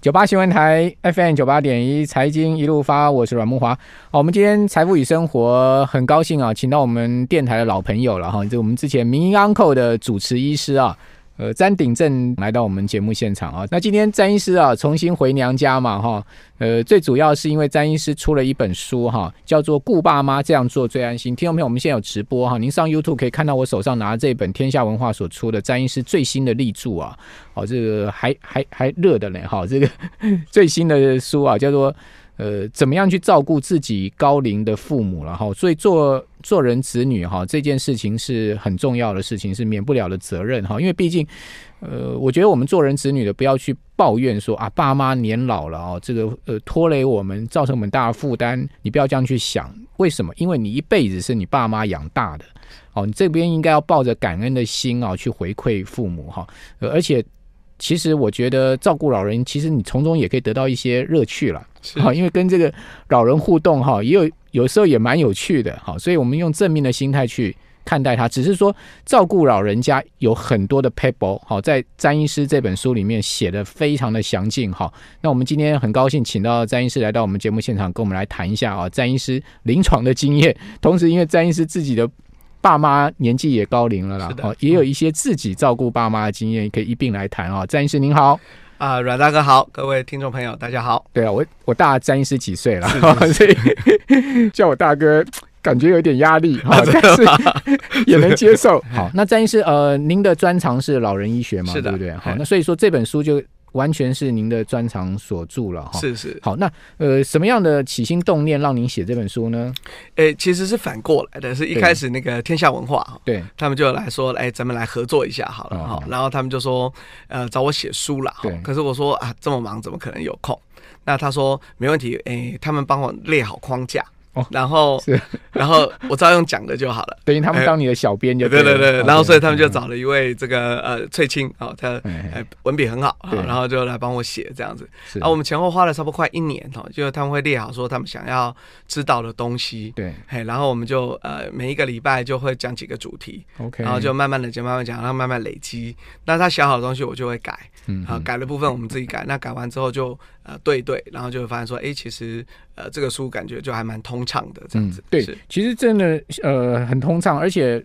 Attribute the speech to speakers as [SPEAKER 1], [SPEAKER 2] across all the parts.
[SPEAKER 1] 九八新闻台 FM 九八点一财经一路发，我是阮木华。好，我们今天财富与生活很高兴啊，请到我们电台的老朋友了哈，这我们之前民营 uncle 的主持医师啊。呃，詹鼎正来到我们节目现场啊。那今天詹医师啊，重新回娘家嘛哈。呃，最主要是因为詹医师出了一本书哈，叫做《顾爸妈这样做最安心》。听众朋友，我们现在有直播哈，您上 YouTube 可以看到我手上拿这本天下文化所出的詹医师最新的力著啊。哦，这个还还还热的呢哈，这个 最新的书啊，叫做。呃，怎么样去照顾自己高龄的父母了哈？所以做做人子女哈，这件事情是很重要的事情，是免不了的责任哈。因为毕竟，呃，我觉得我们做人子女的不要去抱怨说啊，爸妈年老了哦，这个呃拖累我们，造成我们大的负担。你不要这样去想，为什么？因为你一辈子是你爸妈养大的哦，你这边应该要抱着感恩的心啊、哦，去回馈父母哈、呃而且，其实我觉得照顾老人，其实你从中也可以得到一些乐趣了。
[SPEAKER 2] 是
[SPEAKER 1] 好，啊因为跟这个老人互动哈，也有有时候也蛮有趣的，好，所以我们用正面的心态去看待他，只是说照顾老人家有很多的 people，好，在詹医师这本书里面写的非常的详尽哈。那我们今天很高兴请到詹医师来到我们节目现场，跟我们来谈一下啊，詹医师临床的经验，同时因为詹医师自己的。爸妈年纪也高龄了啦
[SPEAKER 2] 是，的嗯
[SPEAKER 1] 哦，也有一些自己照顾爸妈的经验，可以一并来谈啊。詹医师您好，
[SPEAKER 2] 啊、阮大哥好，各位听众朋友大家好。
[SPEAKER 1] 对啊，我我大詹医师几岁了，所以 叫我大哥。感觉有点压 力哈，但是也能接受。好，那詹医师，呃，您的专长是老人医学嘛，
[SPEAKER 2] 是
[SPEAKER 1] 对
[SPEAKER 2] 的哎
[SPEAKER 1] 不对？好，
[SPEAKER 2] 嘿
[SPEAKER 1] 那所以说这本书就完全是您的专长所著了哈。。
[SPEAKER 2] 是是，
[SPEAKER 1] 好，那呃，什么样的起心动念让您写这本书呢？
[SPEAKER 2] 诶、其实是反过来的，是一
[SPEAKER 1] 对
[SPEAKER 2] 开始那个天下文化哈，
[SPEAKER 1] 对，
[SPEAKER 2] 他们就来说，哎、咱们来合作一下好了哈、
[SPEAKER 1] 哦
[SPEAKER 2] 然后他们就说，呃，找我写书啦。哈
[SPEAKER 1] 对
[SPEAKER 2] 可是我说啊，这么忙怎么可能有空？那他说没问题，哎、他们帮我列好框架，
[SPEAKER 1] 哦
[SPEAKER 2] 然后
[SPEAKER 1] 是
[SPEAKER 2] 然后我照样讲的 就好了。
[SPEAKER 1] 等于他们当你的小编就
[SPEAKER 2] 哎对对
[SPEAKER 1] 了
[SPEAKER 2] 对对，
[SPEAKER 1] 好
[SPEAKER 2] 然后所以他们就
[SPEAKER 1] 嗯
[SPEAKER 2] 找了一位这个呃翠青哦，他
[SPEAKER 1] 嗯
[SPEAKER 2] 呃文笔很好，
[SPEAKER 1] 对
[SPEAKER 2] 然后就来帮我写这样子。
[SPEAKER 1] 是
[SPEAKER 2] 啊，我们前后花了差不多快一年哦，就是他们会列好说他们想要知道的东西，
[SPEAKER 1] 对
[SPEAKER 2] 嘿，然后我们就呃每一个礼拜就会讲几个主题，
[SPEAKER 1] ，OK，
[SPEAKER 2] 然后就慢慢的讲，慢慢讲，然后慢慢累积。那他写好的东西我就会改，
[SPEAKER 1] 嗯
[SPEAKER 2] 啊，改的部分我们自己改，那改完之后就呃对一对，然后就会发现说，哎，其实呃这个书感觉就还蛮通畅的这样子，
[SPEAKER 1] 嗯对
[SPEAKER 2] 嗯是，
[SPEAKER 1] 其实真的呃很通畅，而且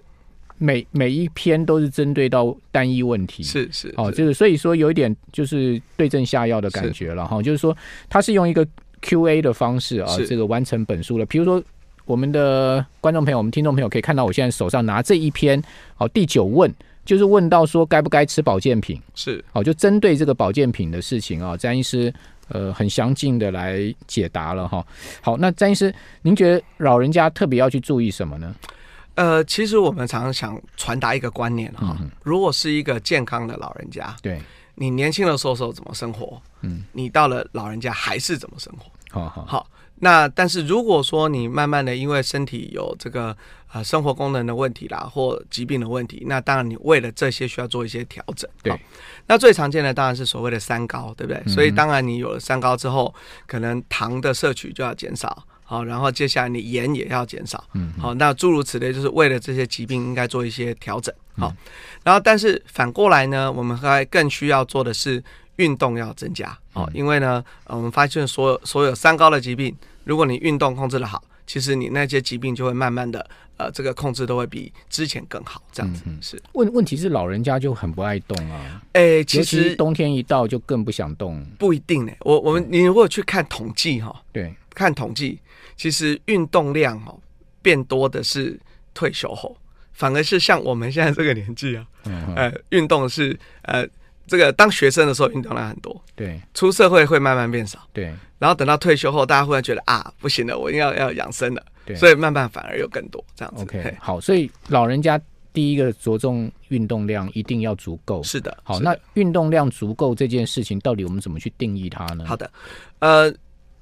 [SPEAKER 1] 每每一篇都是针对到单一问题。
[SPEAKER 2] 是是
[SPEAKER 1] 哦，
[SPEAKER 2] 是
[SPEAKER 1] 就是所以说有一点就是对症下药的感觉了哈，就是说它是用一个 Q&A 的方式啊，
[SPEAKER 2] 是
[SPEAKER 1] 这个完成本书了。比如说我们的观众朋友、我们听众朋友可以看到，我现在手上拿这一篇哦第九问，就是问到说该不该吃保健品。
[SPEAKER 2] 是
[SPEAKER 1] 好，就针对这个保健品的事情啊、詹医师呃很详尽的来解答了哈。好，那詹医师，您觉得老人家特别要去注意什么呢？
[SPEAKER 2] 呃，其实我们常常想传达一个观念
[SPEAKER 1] 嗯
[SPEAKER 2] 哈、如果是一个健康的老人家，
[SPEAKER 1] 对，
[SPEAKER 2] 你年轻的时候时候怎么生活，
[SPEAKER 1] 嗯，
[SPEAKER 2] 你到了老人家还是怎么生活。
[SPEAKER 1] 好好，
[SPEAKER 2] 好，那但是如果说你慢慢的因为身体有这个呃生活功能的问题啦，或疾病的问题，那当然你为了这些需要做一些调整。
[SPEAKER 1] 对
[SPEAKER 2] 好那最常见的当然是所谓的三高，对不对？所以当然你有了三高之后，可能糖的摄取就要减少。好，然后接下来你盐也要减少，嗯，好，那诸如此类，就是为了这些疾病应该做一些调整，好，
[SPEAKER 1] 嗯
[SPEAKER 2] 然后但是反过来呢，我们还更需要做的是运动要增加，
[SPEAKER 1] 嗯
[SPEAKER 2] 哦，因为呢，呃我们发现所有所有三高的疾病，如果你运动控制的好，其实你那些疾病就会慢慢的，呃，这个控制都会比之前更好，这样子、
[SPEAKER 1] 嗯
[SPEAKER 2] 是。
[SPEAKER 1] 问问题是老人家就很不爱动啊，
[SPEAKER 2] 诶，
[SPEAKER 1] 尤
[SPEAKER 2] 其
[SPEAKER 1] 是嗯
[SPEAKER 2] 实
[SPEAKER 1] 冬天一到就更不想动。
[SPEAKER 2] 不一定呢、我我们你如果去看统计哈、
[SPEAKER 1] 对，
[SPEAKER 2] 看统计，其实运动量哦变多的是退休后，反而是像我们现在这个年纪啊，
[SPEAKER 1] 嗯，
[SPEAKER 2] 呃，运动是呃这个当学生的时候运动量很多，
[SPEAKER 1] 对
[SPEAKER 2] 出社会会慢慢变少。
[SPEAKER 1] 对
[SPEAKER 2] 然后等到退休后，大家忽然觉得啊，不行了，我一定要要养生了
[SPEAKER 1] 对，
[SPEAKER 2] 所以慢慢反而又更多这样子。
[SPEAKER 1] ，OK，
[SPEAKER 2] 嘿
[SPEAKER 1] 好，所以老人家第一个着重运动量一定要足够。
[SPEAKER 2] 是的，
[SPEAKER 1] 好，
[SPEAKER 2] 是的
[SPEAKER 1] 那运动量足够这件事情，到底我们怎么去定义它呢？
[SPEAKER 2] 好的，呃，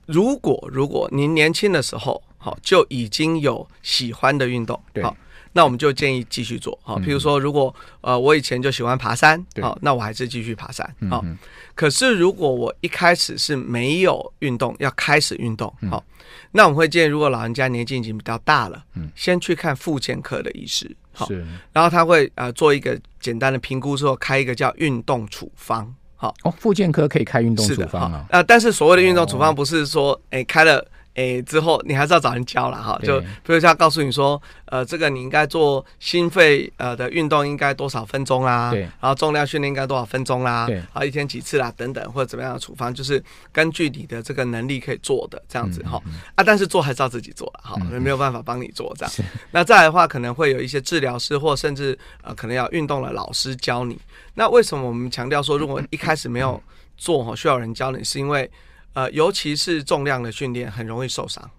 [SPEAKER 2] 如果如果您年轻的时候好、就已经有喜欢的运动，
[SPEAKER 1] 对嗯
[SPEAKER 2] 好、那我们就建议继续做好、譬如说，如果呃我以前就喜欢爬山，
[SPEAKER 1] 对嗯
[SPEAKER 2] 好、那我还是继续爬山，好、可是如果我一开始是没有运动，要开始运动，
[SPEAKER 1] 嗯
[SPEAKER 2] 好、那我们会建议，如果老人家年纪已经比较大了，嗯，先去看复健科的医师，好、
[SPEAKER 1] 是，
[SPEAKER 2] 然后他会呃做一个简单的评估之后，开一个叫运动处方。好、
[SPEAKER 1] 哦，复健科可以开运动
[SPEAKER 2] 是
[SPEAKER 1] 处
[SPEAKER 2] 的，
[SPEAKER 1] 方
[SPEAKER 2] 好
[SPEAKER 1] 啊，哦
[SPEAKER 2] 呃，但是所谓的运动处方不是说，哎、开了，哎、之后你还是要找人教了哈。
[SPEAKER 1] 对
[SPEAKER 2] 就比如说要告诉你说，呃，这个你应该做心肺呃的运动应该多少分钟啦，
[SPEAKER 1] 对
[SPEAKER 2] 然后重量训练应该多少分钟啦，
[SPEAKER 1] 对
[SPEAKER 2] 然后一天几次啦，等等或者怎么样的处方，就是根据你的这个能力可以做的这样
[SPEAKER 1] 嗯
[SPEAKER 2] 子哈、啊，但是做还是要自己做了哈，没有办法帮你做这样。那再来的话，可能会有一些治疗师或甚至呃，可能要运动的老师教你。那为什么我们强调说，如果一开始没有做哈，需要有人教你，是因为呃，尤其是重量的训练很容易受伤。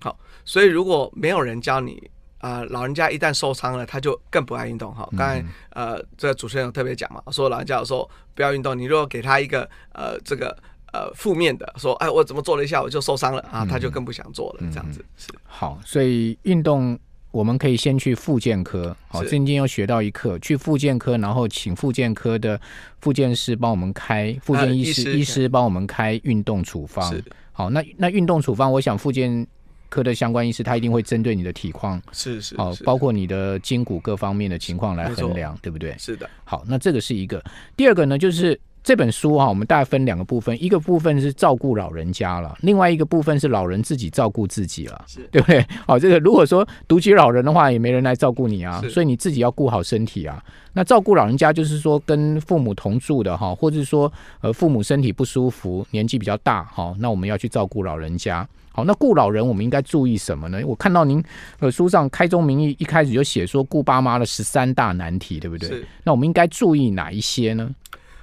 [SPEAKER 2] 好，所以如果没有人教你。啊、老人家一旦受伤了，他就更不爱运动哈。
[SPEAKER 1] 嗯
[SPEAKER 2] 刚才呃，这个主持人有特别讲嘛，说老人家有时候不要运动，你如果给他一个呃这个呃负面的，说哎我怎么做了一下我就受伤了啊，他就更不想做了，这样子是
[SPEAKER 1] 好，所以运动我们可以先去复健科，好，
[SPEAKER 2] 是
[SPEAKER 1] 最近又学到一课，去复健科，然后请复健科的复健师帮我们开，复健医师、
[SPEAKER 2] 呃医师
[SPEAKER 1] 医师帮我们开运动处方
[SPEAKER 2] 是。
[SPEAKER 1] 好，那那运动处方，我想复健科的相关医师他一定会针对你的体况，
[SPEAKER 2] 是是
[SPEAKER 1] 好，
[SPEAKER 2] 是
[SPEAKER 1] 包括你的筋骨各方面的情况来
[SPEAKER 2] 没错
[SPEAKER 1] 衡量，对不对？
[SPEAKER 2] 是的，
[SPEAKER 1] 好，那这个是一个。第二个呢，就是这本书啊哈、我们大概分两个部分，一个部分是照顾老人家了，另外一个部分是老人自己照顾自己了，
[SPEAKER 2] 是
[SPEAKER 1] 对不对？ 好，这个如果说独居老人的话，也没人来照顾你啊，
[SPEAKER 2] 是
[SPEAKER 1] 所以你自己要顾好身体啊。那照顾老人家就是说跟父母同住的哈、或者说呃父母身体不舒服，年纪比较大哈、那我们要去照顾老人家。好，那顾老人我们应该注意什么呢？我看到您呃书上开宗明义一开始就写说顾爸妈的十三大难题，对不对？
[SPEAKER 2] 是
[SPEAKER 1] 那我们应该注意哪一些呢？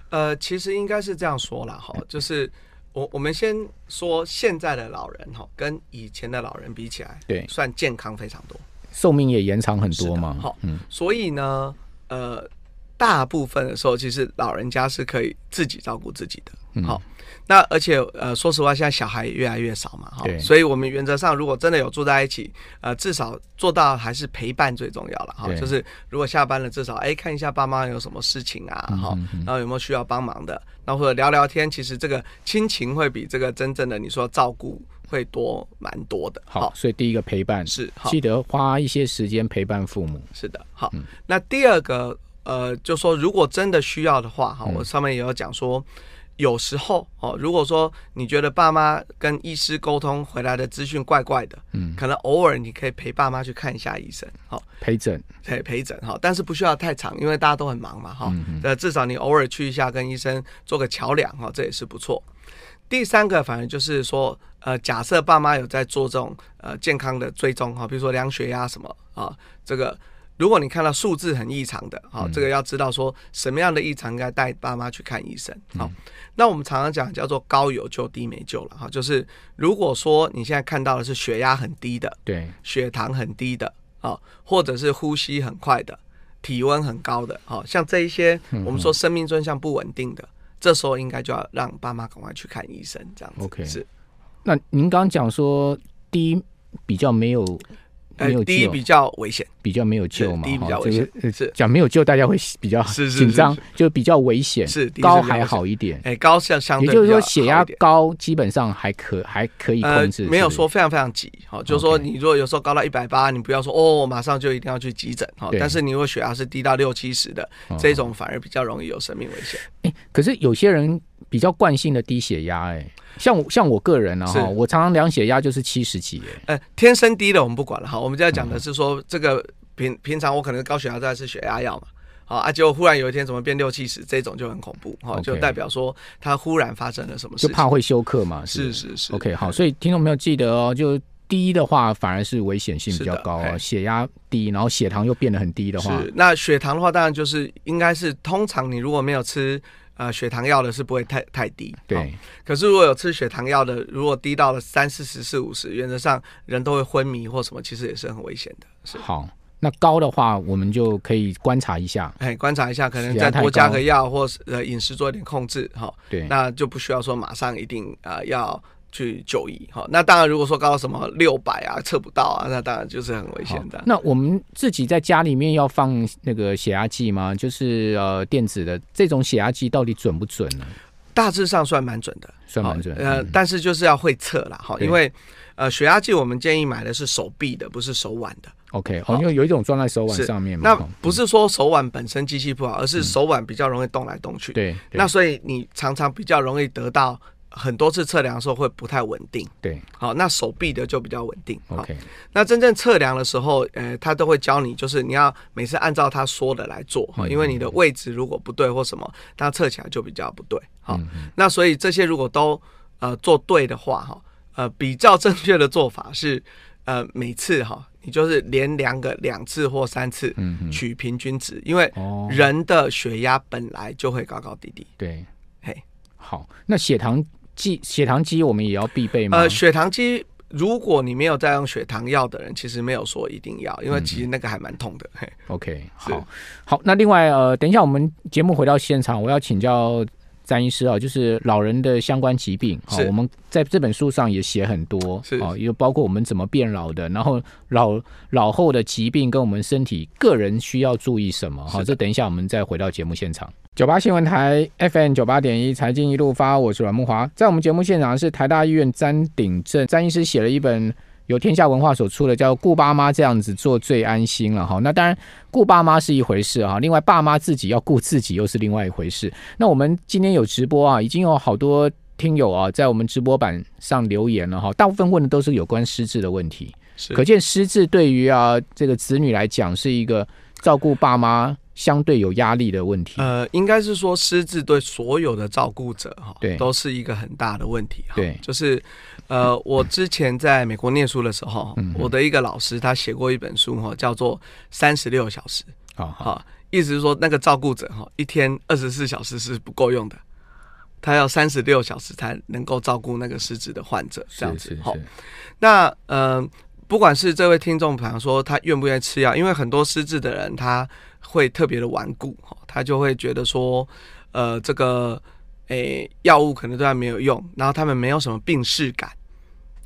[SPEAKER 2] 呃，其实应该是这样说啦，哈，就是我我们先说现在的老人哈，跟以前的老人比起来，
[SPEAKER 1] 对
[SPEAKER 2] 算健康非常多，
[SPEAKER 1] 寿命也延长很多嘛。嗯
[SPEAKER 2] 好，所以呢，呃，大部分的时候，其实老人家是可以自己照顾自己
[SPEAKER 1] 嗯
[SPEAKER 2] 的，好、那而且呃，说实话，现在小孩也越来越少嘛，哈
[SPEAKER 1] 对，
[SPEAKER 2] 所以我们原则上如果真的有住在一起，呃，至少做到还是陪伴最重要了，哈，
[SPEAKER 1] 对
[SPEAKER 2] 就是如果下班了，至少哎看一下爸妈有什么事情啊，
[SPEAKER 1] 嗯
[SPEAKER 2] 哈、然后有没有需要帮忙的，那或者聊聊天，其实这个亲情会比这个真正的你说照顾会多蛮多的，
[SPEAKER 1] 好，所以第一个陪伴
[SPEAKER 2] 是好
[SPEAKER 1] 记得花一些时间陪伴父母。
[SPEAKER 2] 是的，好。那第二个，呃，就说如果真的需要的话，哈，我上面也有讲说，有时候哦，如果说你觉得爸妈跟医师沟通回来的资讯怪怪的，嗯，可能偶尔你可以陪爸妈去看一下医生，哦好、
[SPEAKER 1] 陪诊，
[SPEAKER 2] 陪陪诊哈，但是不需要太长，因为大家都很忙嘛哈。呃、至少你偶尔去一下，跟医生做个桥梁哈，这也是不错。第三个，反正就是说，呃，假设爸妈有在做这种呃健康的追踪哈，比如说量血压什么啊，这个如果你看到数字很异常的，哈、这个要知道说什么样的异常应该带爸妈去看医生。好、那我们常常讲叫做高有救低没救了哈，就是如果说你现在看到的是血压很低的，
[SPEAKER 1] 对，
[SPEAKER 2] 血糖很低的，哦，或者是呼吸很快的，体温很高的，哦，像这一些
[SPEAKER 1] 嗯
[SPEAKER 2] 我们说生命征象不稳定的，这时候应该就要让爸妈赶快去看医生，这样子。
[SPEAKER 1] OK
[SPEAKER 2] 是，
[SPEAKER 1] 那您刚刚讲说第一比较没有
[SPEAKER 2] 呃
[SPEAKER 1] 没有，
[SPEAKER 2] 第一
[SPEAKER 1] 救，
[SPEAKER 2] 比较危险，
[SPEAKER 1] 比较没有救嘛，
[SPEAKER 2] 是第一比较
[SPEAKER 1] 哈
[SPEAKER 2] 危险
[SPEAKER 1] 这个呃
[SPEAKER 2] 是
[SPEAKER 1] 讲没有救，大家会比较
[SPEAKER 2] 是是是
[SPEAKER 1] 紧张
[SPEAKER 2] 是，
[SPEAKER 1] 就比较危险。
[SPEAKER 2] 是第一
[SPEAKER 1] 高
[SPEAKER 2] 是比较
[SPEAKER 1] 还
[SPEAKER 2] 危险
[SPEAKER 1] 好一点，
[SPEAKER 2] 哎，高相相
[SPEAKER 1] 也
[SPEAKER 2] 对
[SPEAKER 1] 就是
[SPEAKER 2] 比较
[SPEAKER 1] 说
[SPEAKER 2] 好
[SPEAKER 1] 血
[SPEAKER 2] 一
[SPEAKER 1] 压
[SPEAKER 2] 点呃
[SPEAKER 1] 高基本上还可还可以控制，
[SPEAKER 2] 没有
[SPEAKER 1] 是不是
[SPEAKER 2] 说非常非常急，好、就是说
[SPEAKER 1] OK
[SPEAKER 2] 你如果有时候高到一百八，你不要说哦，马上就一定要去急诊，好、
[SPEAKER 1] 对哦
[SPEAKER 2] 但是你如果血压是低到六七十的，这种反而比较容易有生命危险。
[SPEAKER 1] 可是有些人比较惯性的低血压，哎，像我像我个人啊，
[SPEAKER 2] 是
[SPEAKER 1] 哈，我常常量血压就是七十几，哎，
[SPEAKER 2] 呃，天生低的我们不管了哈，我们现在讲的是说这个平平常我可能高血压在吃血压药嘛。好啊，结果忽然有一天怎么变六七十，这种就很恐怖哈
[SPEAKER 1] OK
[SPEAKER 2] 就代表说他忽然发生了什么事
[SPEAKER 1] 就
[SPEAKER 2] 情，
[SPEAKER 1] 怕会休克嘛，不
[SPEAKER 2] 是是是
[SPEAKER 1] OK，好，所以听众朋友记得哦，就低的话反而是危险性比较高
[SPEAKER 2] 是的
[SPEAKER 1] 哦，
[SPEAKER 2] 嘿
[SPEAKER 1] 血压低，然后血糖又变得很低的话，
[SPEAKER 2] 是那血糖的话，当然就是应该是通常你如果没有吃呃血糖药的是不会太太低，好
[SPEAKER 1] 对，
[SPEAKER 2] 可是如果有吃血糖药的，如果低到了三四十、四五十，原则上人都会昏迷或什么，其实也是很危险的。是，
[SPEAKER 1] 好，那高的话我们就可以观察一下，
[SPEAKER 2] 哎，观察一下，可能
[SPEAKER 1] 血压
[SPEAKER 2] 再
[SPEAKER 1] 太
[SPEAKER 2] 多加
[SPEAKER 1] 高
[SPEAKER 2] 个药，或是呃饮食做一点控制哈。
[SPEAKER 1] 对，
[SPEAKER 2] 那就不需要说马上一定呃要去就医哈。那当然，如果说高到什么六百啊测不到啊，那当然就是很危
[SPEAKER 1] 好
[SPEAKER 2] 险的。
[SPEAKER 1] 那我们自己在家里面要放那个血压计吗？就是呃电子的这种血压计到底准不准呢？
[SPEAKER 2] 大致上算蛮准的，
[SPEAKER 1] 算蛮准嗯
[SPEAKER 2] 好呃，但是就是要会测啦哈，
[SPEAKER 1] 对
[SPEAKER 2] 因为呃血压计我们建议买的是手臂的，不是手腕的。
[SPEAKER 1] OK，哦，因为有一种装在手腕
[SPEAKER 2] 是
[SPEAKER 1] 上面嘛，
[SPEAKER 2] 那
[SPEAKER 1] 哦
[SPEAKER 2] 不是说手腕本身机器不好，而是手腕比较容易动来动去。
[SPEAKER 1] 嗯对，对
[SPEAKER 2] 那所以你常常比较容易得到很多次测量的时候会不太稳定。
[SPEAKER 1] 对
[SPEAKER 2] 好，那手臂的就比较稳定。好，
[SPEAKER 1] OK，
[SPEAKER 2] 那真正测量的时候，呃，他都会教你，就是你要每次按照他说的来做，
[SPEAKER 1] 嗯
[SPEAKER 2] 哈，因为你的位置如果不对或什么，它测起来就比较不对。
[SPEAKER 1] 嗯
[SPEAKER 2] 好，那所以这些如果都呃做对的话，哈，呃，比较正确的做法是，呃，每次哈，你就是连量个两次或三次，取平均值，因为
[SPEAKER 1] 嗯哦，
[SPEAKER 2] 人的血压本来就会高高低低。
[SPEAKER 1] 对，
[SPEAKER 2] 嘿，
[SPEAKER 1] 好，那血糖计血糖机我们也要必备吗？
[SPEAKER 2] 呃，血糖机，如果你没有在用血糖药的人，其实没有说一定要，
[SPEAKER 1] 嗯
[SPEAKER 2] 因为其实那个还蛮痛的。嘿，
[SPEAKER 1] OK，
[SPEAKER 2] 是
[SPEAKER 1] 好，好，那另外呃，等一下我们节目回到现场，我要请教詹医师啊，就是老人的相关疾病啊、
[SPEAKER 2] 是
[SPEAKER 1] 我们在这本书上也写很多
[SPEAKER 2] 是
[SPEAKER 1] 啊，也、包括我们怎么变老的，然后老老后的疾病跟我们身体个人需要注意什么
[SPEAKER 2] 是
[SPEAKER 1] 好、
[SPEAKER 2] 的
[SPEAKER 1] 这等一下我们再回到节目现场。九八新闻台 FM 九八点一财经一路发，我是阮木华，在我们节目现场是台大医院詹鼎正詹医师写了一本。由天下文化所出的叫《顾爸妈这样子做最安心了》哈，那当然顾爸妈是一回事啊，另外爸妈自己要顾自己又是另外一回事。那我们今天有直播啊，已经有好多听友啊在我们直播板上留言了哈，大部分问的都是有关失智的问题，
[SPEAKER 2] 是
[SPEAKER 1] 可见失智对于啊这个子女来讲是一个照顾爸妈相对有压力的问题。
[SPEAKER 2] 呃，应该是说失智对所有的照顾者哈，
[SPEAKER 1] 对
[SPEAKER 2] 都是一个很大的问题哈。
[SPEAKER 1] 对
[SPEAKER 2] 就是呃，我之前在美国念书的时候，
[SPEAKER 1] 嗯
[SPEAKER 2] 我的一个老师他写过一本书哈，叫做《三十六小时》
[SPEAKER 1] 好哦好
[SPEAKER 2] 哈，意思是说那个照顾者哈，一天二十四小时是不够用的。他要三十六小时才能够照顾那个失智的患者，这样
[SPEAKER 1] 是
[SPEAKER 2] 子
[SPEAKER 1] 是
[SPEAKER 2] 哈
[SPEAKER 1] 是，
[SPEAKER 2] 那呃，不管是这位听众朋友说他愿不愿意吃药，因为很多失智的人他会特别的顽固，哦他就会觉得说，呃，这个诶药物可能对他没有用，然后他们没有什么病视感，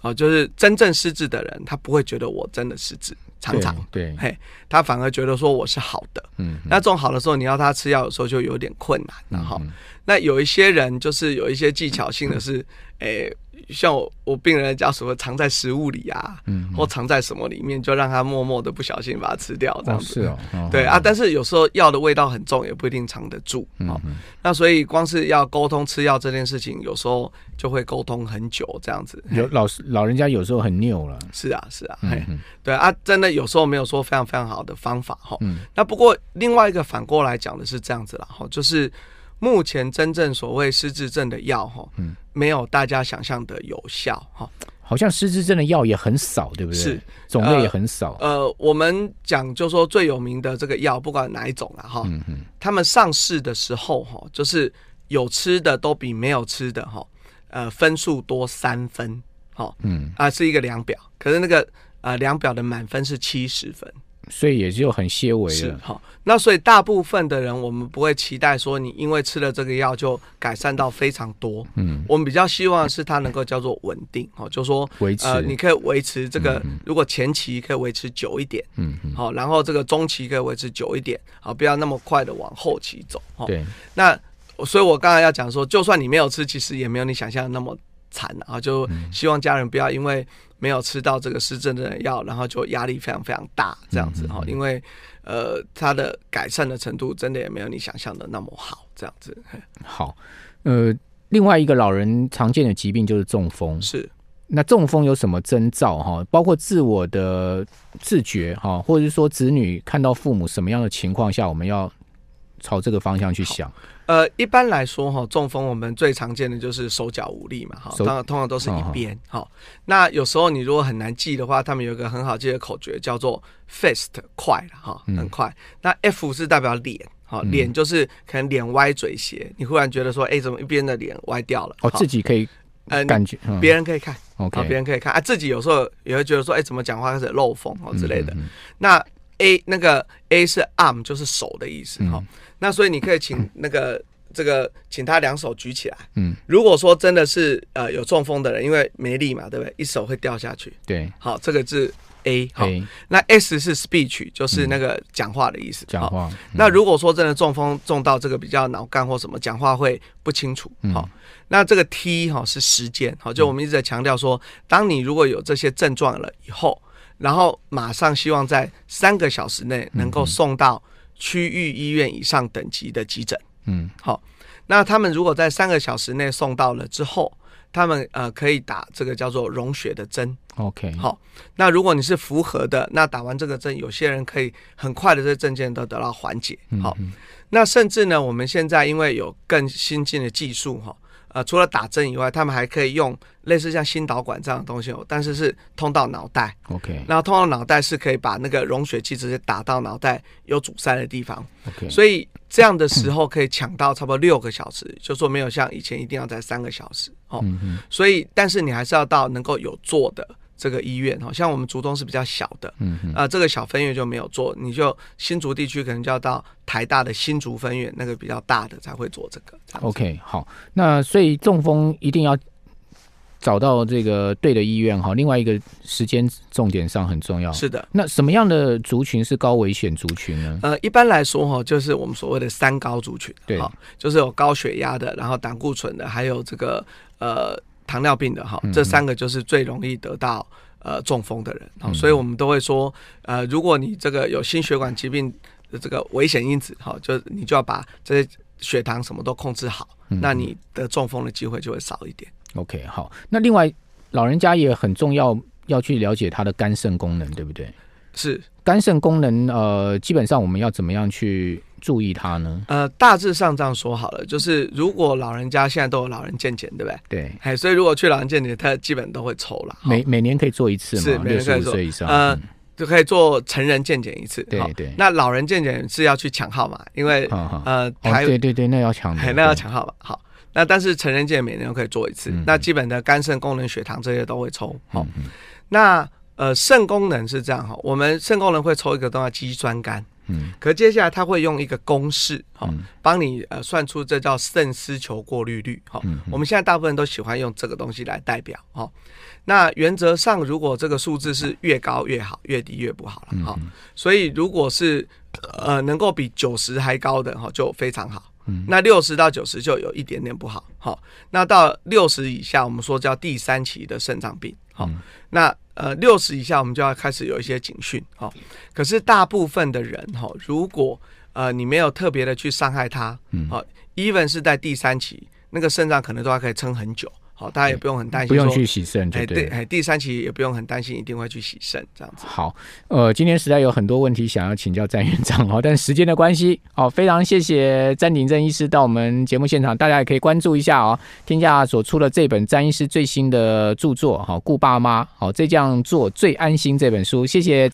[SPEAKER 2] 哦，就是真正失智的人，他不会觉得我真的失智，常常
[SPEAKER 1] 对，对
[SPEAKER 2] 嘿，他反而觉得说我是好的。
[SPEAKER 1] 嗯
[SPEAKER 2] 那这种好的时候，你要他吃药，有时候就有点困难然后，
[SPEAKER 1] 嗯
[SPEAKER 2] 那有一些人就是有一些技巧性的是，诶、像我我病人的家属会藏在食物里啊，
[SPEAKER 1] 嗯
[SPEAKER 2] 或藏在什么里面，就让他默默的不小心把它吃掉，这
[SPEAKER 1] 哦
[SPEAKER 2] 样子。
[SPEAKER 1] 是哦，哦嗯
[SPEAKER 2] 对啊，，但是有时候药的味道很重，也不一定藏得住。好、那所以光是要沟通吃药这件事情，有时候就会沟通很久这样子。
[SPEAKER 1] 有老老人家有时候很拗了，
[SPEAKER 2] 是啊，是
[SPEAKER 1] 嗯
[SPEAKER 2] 啊，嘿，对啊，真的有时候没有说非常非常好的方法哈。
[SPEAKER 1] 嗯
[SPEAKER 2] 那不过另外一个反过来讲的是这样子啦哈，就是目前真正所谓失智症的药哈，
[SPEAKER 1] 嗯哦
[SPEAKER 2] 没有大家想象的有效哈。
[SPEAKER 1] 好像失智症的药也很少，对不对？
[SPEAKER 2] 是，
[SPEAKER 1] 种类也很少。
[SPEAKER 2] 呃，我们讲就说最有名的这个药，不管哪一种啦
[SPEAKER 1] 嗯
[SPEAKER 2] 哈，他们上市的时候哈，就是有吃的都比没有吃的哈，呃，分数多三分，哈
[SPEAKER 1] 嗯，
[SPEAKER 2] 啊是一个量表，可是那个呃量表的满分是七十分。
[SPEAKER 1] 所以也就很些微
[SPEAKER 2] 是
[SPEAKER 1] 了。
[SPEAKER 2] 好、那所以大部分的人，我们不会期待说你因为吃了这个药就改善到非常多，
[SPEAKER 1] 嗯，
[SPEAKER 2] 我们比较希望是它能够叫做稳定，哦，就说
[SPEAKER 1] 维持
[SPEAKER 2] 呃，你可以维持这个，如果前期可以维持久一点，
[SPEAKER 1] 嗯嗯，
[SPEAKER 2] 好、然后这个中期可以维持久一点，好、不要那么快的往后期走，哦，
[SPEAKER 1] 对，
[SPEAKER 2] 那所以我刚才要讲说，就算你没有吃，其实也没有你想象的那么惨啊，就希望家人不要因为没有吃到这个失症的药，然后就压力非常非常大这样子哈，因为呃，它的改善的程度真的也没有你想象的那么好，这样子嘿
[SPEAKER 1] 好，呃，另外一个老人常见的疾病就是中风。
[SPEAKER 2] 是
[SPEAKER 1] 那中风有什么征兆哈？包括自我的自觉哈，或者是说子女看到父母什么样的情况下，我们要朝这个方向去想。
[SPEAKER 2] 呃，一般来说哈，中风我们最常见的就是手脚无力嘛，哈，
[SPEAKER 1] 手哦
[SPEAKER 2] 当然通常都是一边哈、那有时候你如果很难记的话，他们有一个很好记的口诀叫做 “fast” 快了哈，
[SPEAKER 1] 嗯
[SPEAKER 2] 很快。那 F 是代表脸，哈、脸就是可能脸歪嘴斜，你忽然觉得说，哎、怎么一边的脸歪掉了？
[SPEAKER 1] 哦，
[SPEAKER 2] 哈
[SPEAKER 1] 自己可以
[SPEAKER 2] 呃，
[SPEAKER 1] 感觉，嗯
[SPEAKER 2] 别人可以看，啊，别
[SPEAKER 1] ，OK，嗯
[SPEAKER 2] 人可以看啊，自己有时候也会觉得说，哎、怎么讲话开始漏风
[SPEAKER 1] 嗯
[SPEAKER 2] 哦之类的。那 A 那个 A 是 arm 就是手的意
[SPEAKER 1] 嗯
[SPEAKER 2] 思哈、那所以你可以请那个这个请他两手举起来。
[SPEAKER 1] 嗯，
[SPEAKER 2] 如果说真的是呃有中风的人，因为没力嘛，对不对？一手会掉下去。
[SPEAKER 1] 对，
[SPEAKER 2] 好，这个是 A 好。
[SPEAKER 1] 哎，
[SPEAKER 2] 那 S 是 speech，就是那个讲话的意思。
[SPEAKER 1] 讲
[SPEAKER 2] 好
[SPEAKER 1] 话，
[SPEAKER 2] 那如果说真的中风中到这个比较脑干或什么，讲话会不清楚，好、那这个 T 哈、是时间，好、就我们一直在强调说，当你如果有这些症状了以后，然后马上希望在三个小时内能够送到区域医院以上等级的急诊。
[SPEAKER 1] 嗯，
[SPEAKER 2] 好，那他们如果在三个小时内送到了之后，他们呃可以打这个叫做溶血的针。
[SPEAKER 1] ，OK，
[SPEAKER 2] 好，那如果你是符合的，那打完这个针，有些人可以很快的这证件都得到缓解。好，那甚至呢，我们现在因为有更新进的技术哈，呃，除了打针以外，他们还可以用类似像心导管这样的东西，哦，但是是通到脑袋，
[SPEAKER 1] ，OK，
[SPEAKER 2] 然后通到脑袋是可以把那个溶血剂直接打到脑袋有阻塞的地方，
[SPEAKER 1] OK，
[SPEAKER 2] 所以这样的时候可以抢到差不多六个小时，就说没有像以前一定要在三个小时哦。
[SPEAKER 1] 嗯嗯
[SPEAKER 2] 所以，但是你还是要到能够有做的这个医院哦，像我们竹东是比较小的，
[SPEAKER 1] 嗯嗯
[SPEAKER 2] 啊，这个小分院就没有做，你就新竹地区可能就要到台大的新竹分院那个比较大的才会做这个。这样子
[SPEAKER 1] ，OK，好，那所以中风一定要找到这个对的医院哈。另外一个时间重点上很重要。
[SPEAKER 2] 是的，
[SPEAKER 1] 那什么样的族群是高危险族群呢？
[SPEAKER 2] 呃，一般来说哈、哦，就是我们所谓的三高族群，
[SPEAKER 1] 对
[SPEAKER 2] 哦，就是有高血压的，然后胆固醇的，还有这个呃糖尿病的哈、这三个就是最容易得到。呃，中风的人，好、所以我们都会说，呃，如果你这个有心血管疾病的这个危险因子，好、就你就要把这些血糖什么都控制好，那你得中风的机会就会少一点。
[SPEAKER 1] OK，好，那另外老人家也很重要，要去了解他的肝肾功能，对不对？
[SPEAKER 2] 是，
[SPEAKER 1] 肝肾功能，呃，基本上我们要怎么样去注意它呢？
[SPEAKER 2] 呃，大致上这样说好了，就是如果老人家现在都有老人健检，对不对？
[SPEAKER 1] 对，
[SPEAKER 2] 哎，所以如果去老人健检，他基本都会抽了。好
[SPEAKER 1] 每每年可以做一次
[SPEAKER 2] 是
[SPEAKER 1] 嘛，
[SPEAKER 2] 每
[SPEAKER 1] 六十
[SPEAKER 2] 年可以
[SPEAKER 1] 五
[SPEAKER 2] 做
[SPEAKER 1] 岁以上。
[SPEAKER 2] 呃，就可以做成人健检一次。
[SPEAKER 1] 对
[SPEAKER 2] 好
[SPEAKER 1] 对
[SPEAKER 2] 那老人健检是要去抢号码，因为
[SPEAKER 1] 嗯，好好，
[SPEAKER 2] 呃，
[SPEAKER 1] 哦，
[SPEAKER 2] 台
[SPEAKER 1] 对对对，那要抢
[SPEAKER 2] 嘿
[SPEAKER 1] 的，
[SPEAKER 2] 哎那要
[SPEAKER 1] 对
[SPEAKER 2] 抢号码。好，那但是成人健检每年都可以做一次
[SPEAKER 1] 嗯。
[SPEAKER 2] 那基本的肝肾功能、血糖这些都会抽。好
[SPEAKER 1] 嗯，嗯
[SPEAKER 2] 那呃，肾功能是这样哈，我们肾功能会抽一个东西叫肌酸酐。
[SPEAKER 1] 嗯
[SPEAKER 2] 可接下来他会用一个公式，哈、
[SPEAKER 1] 嗯
[SPEAKER 2] 帮你呃算出这叫肾丝球过滤率，哈、
[SPEAKER 1] 嗯
[SPEAKER 2] 我们现在大部分都喜欢用这个东西来代表，哈、那原则上，如果这个数字是越高越好，越低越不好
[SPEAKER 1] 嗯
[SPEAKER 2] 了，哈、所以如果是呃能够比九十还高的，哈、就非常好。那六十到九十就有一点点不好，好、那到六十以下，我们说叫第三期的肾脏病，好、
[SPEAKER 1] 嗯
[SPEAKER 2] 那呃六十以下我们就要开始有一些警讯，好、可是大部分的人哈、哦，如果呃你没有特别的去伤害他，
[SPEAKER 1] 嗯
[SPEAKER 2] 好、e v e n 是在第三期，那个肾脏可能都还可以撑很久，好、大家也不用很担
[SPEAKER 1] 不
[SPEAKER 2] 心说，
[SPEAKER 1] 用去洗肾就
[SPEAKER 2] 哎
[SPEAKER 1] 对
[SPEAKER 2] 对
[SPEAKER 1] 了。
[SPEAKER 2] 哎第三期也不用很担心一定会去洗肾这样子。
[SPEAKER 1] 好，呃，今天实在有很多问题想要请教詹院长哦， 但时间的关系哦，非常谢谢詹鼎正医师到我们节目现场，大家也可以关注一下哦，天下所出的这本詹医哦师最新的著作哈，哦顾爸妈》好，这样做最安心这本书，谢谢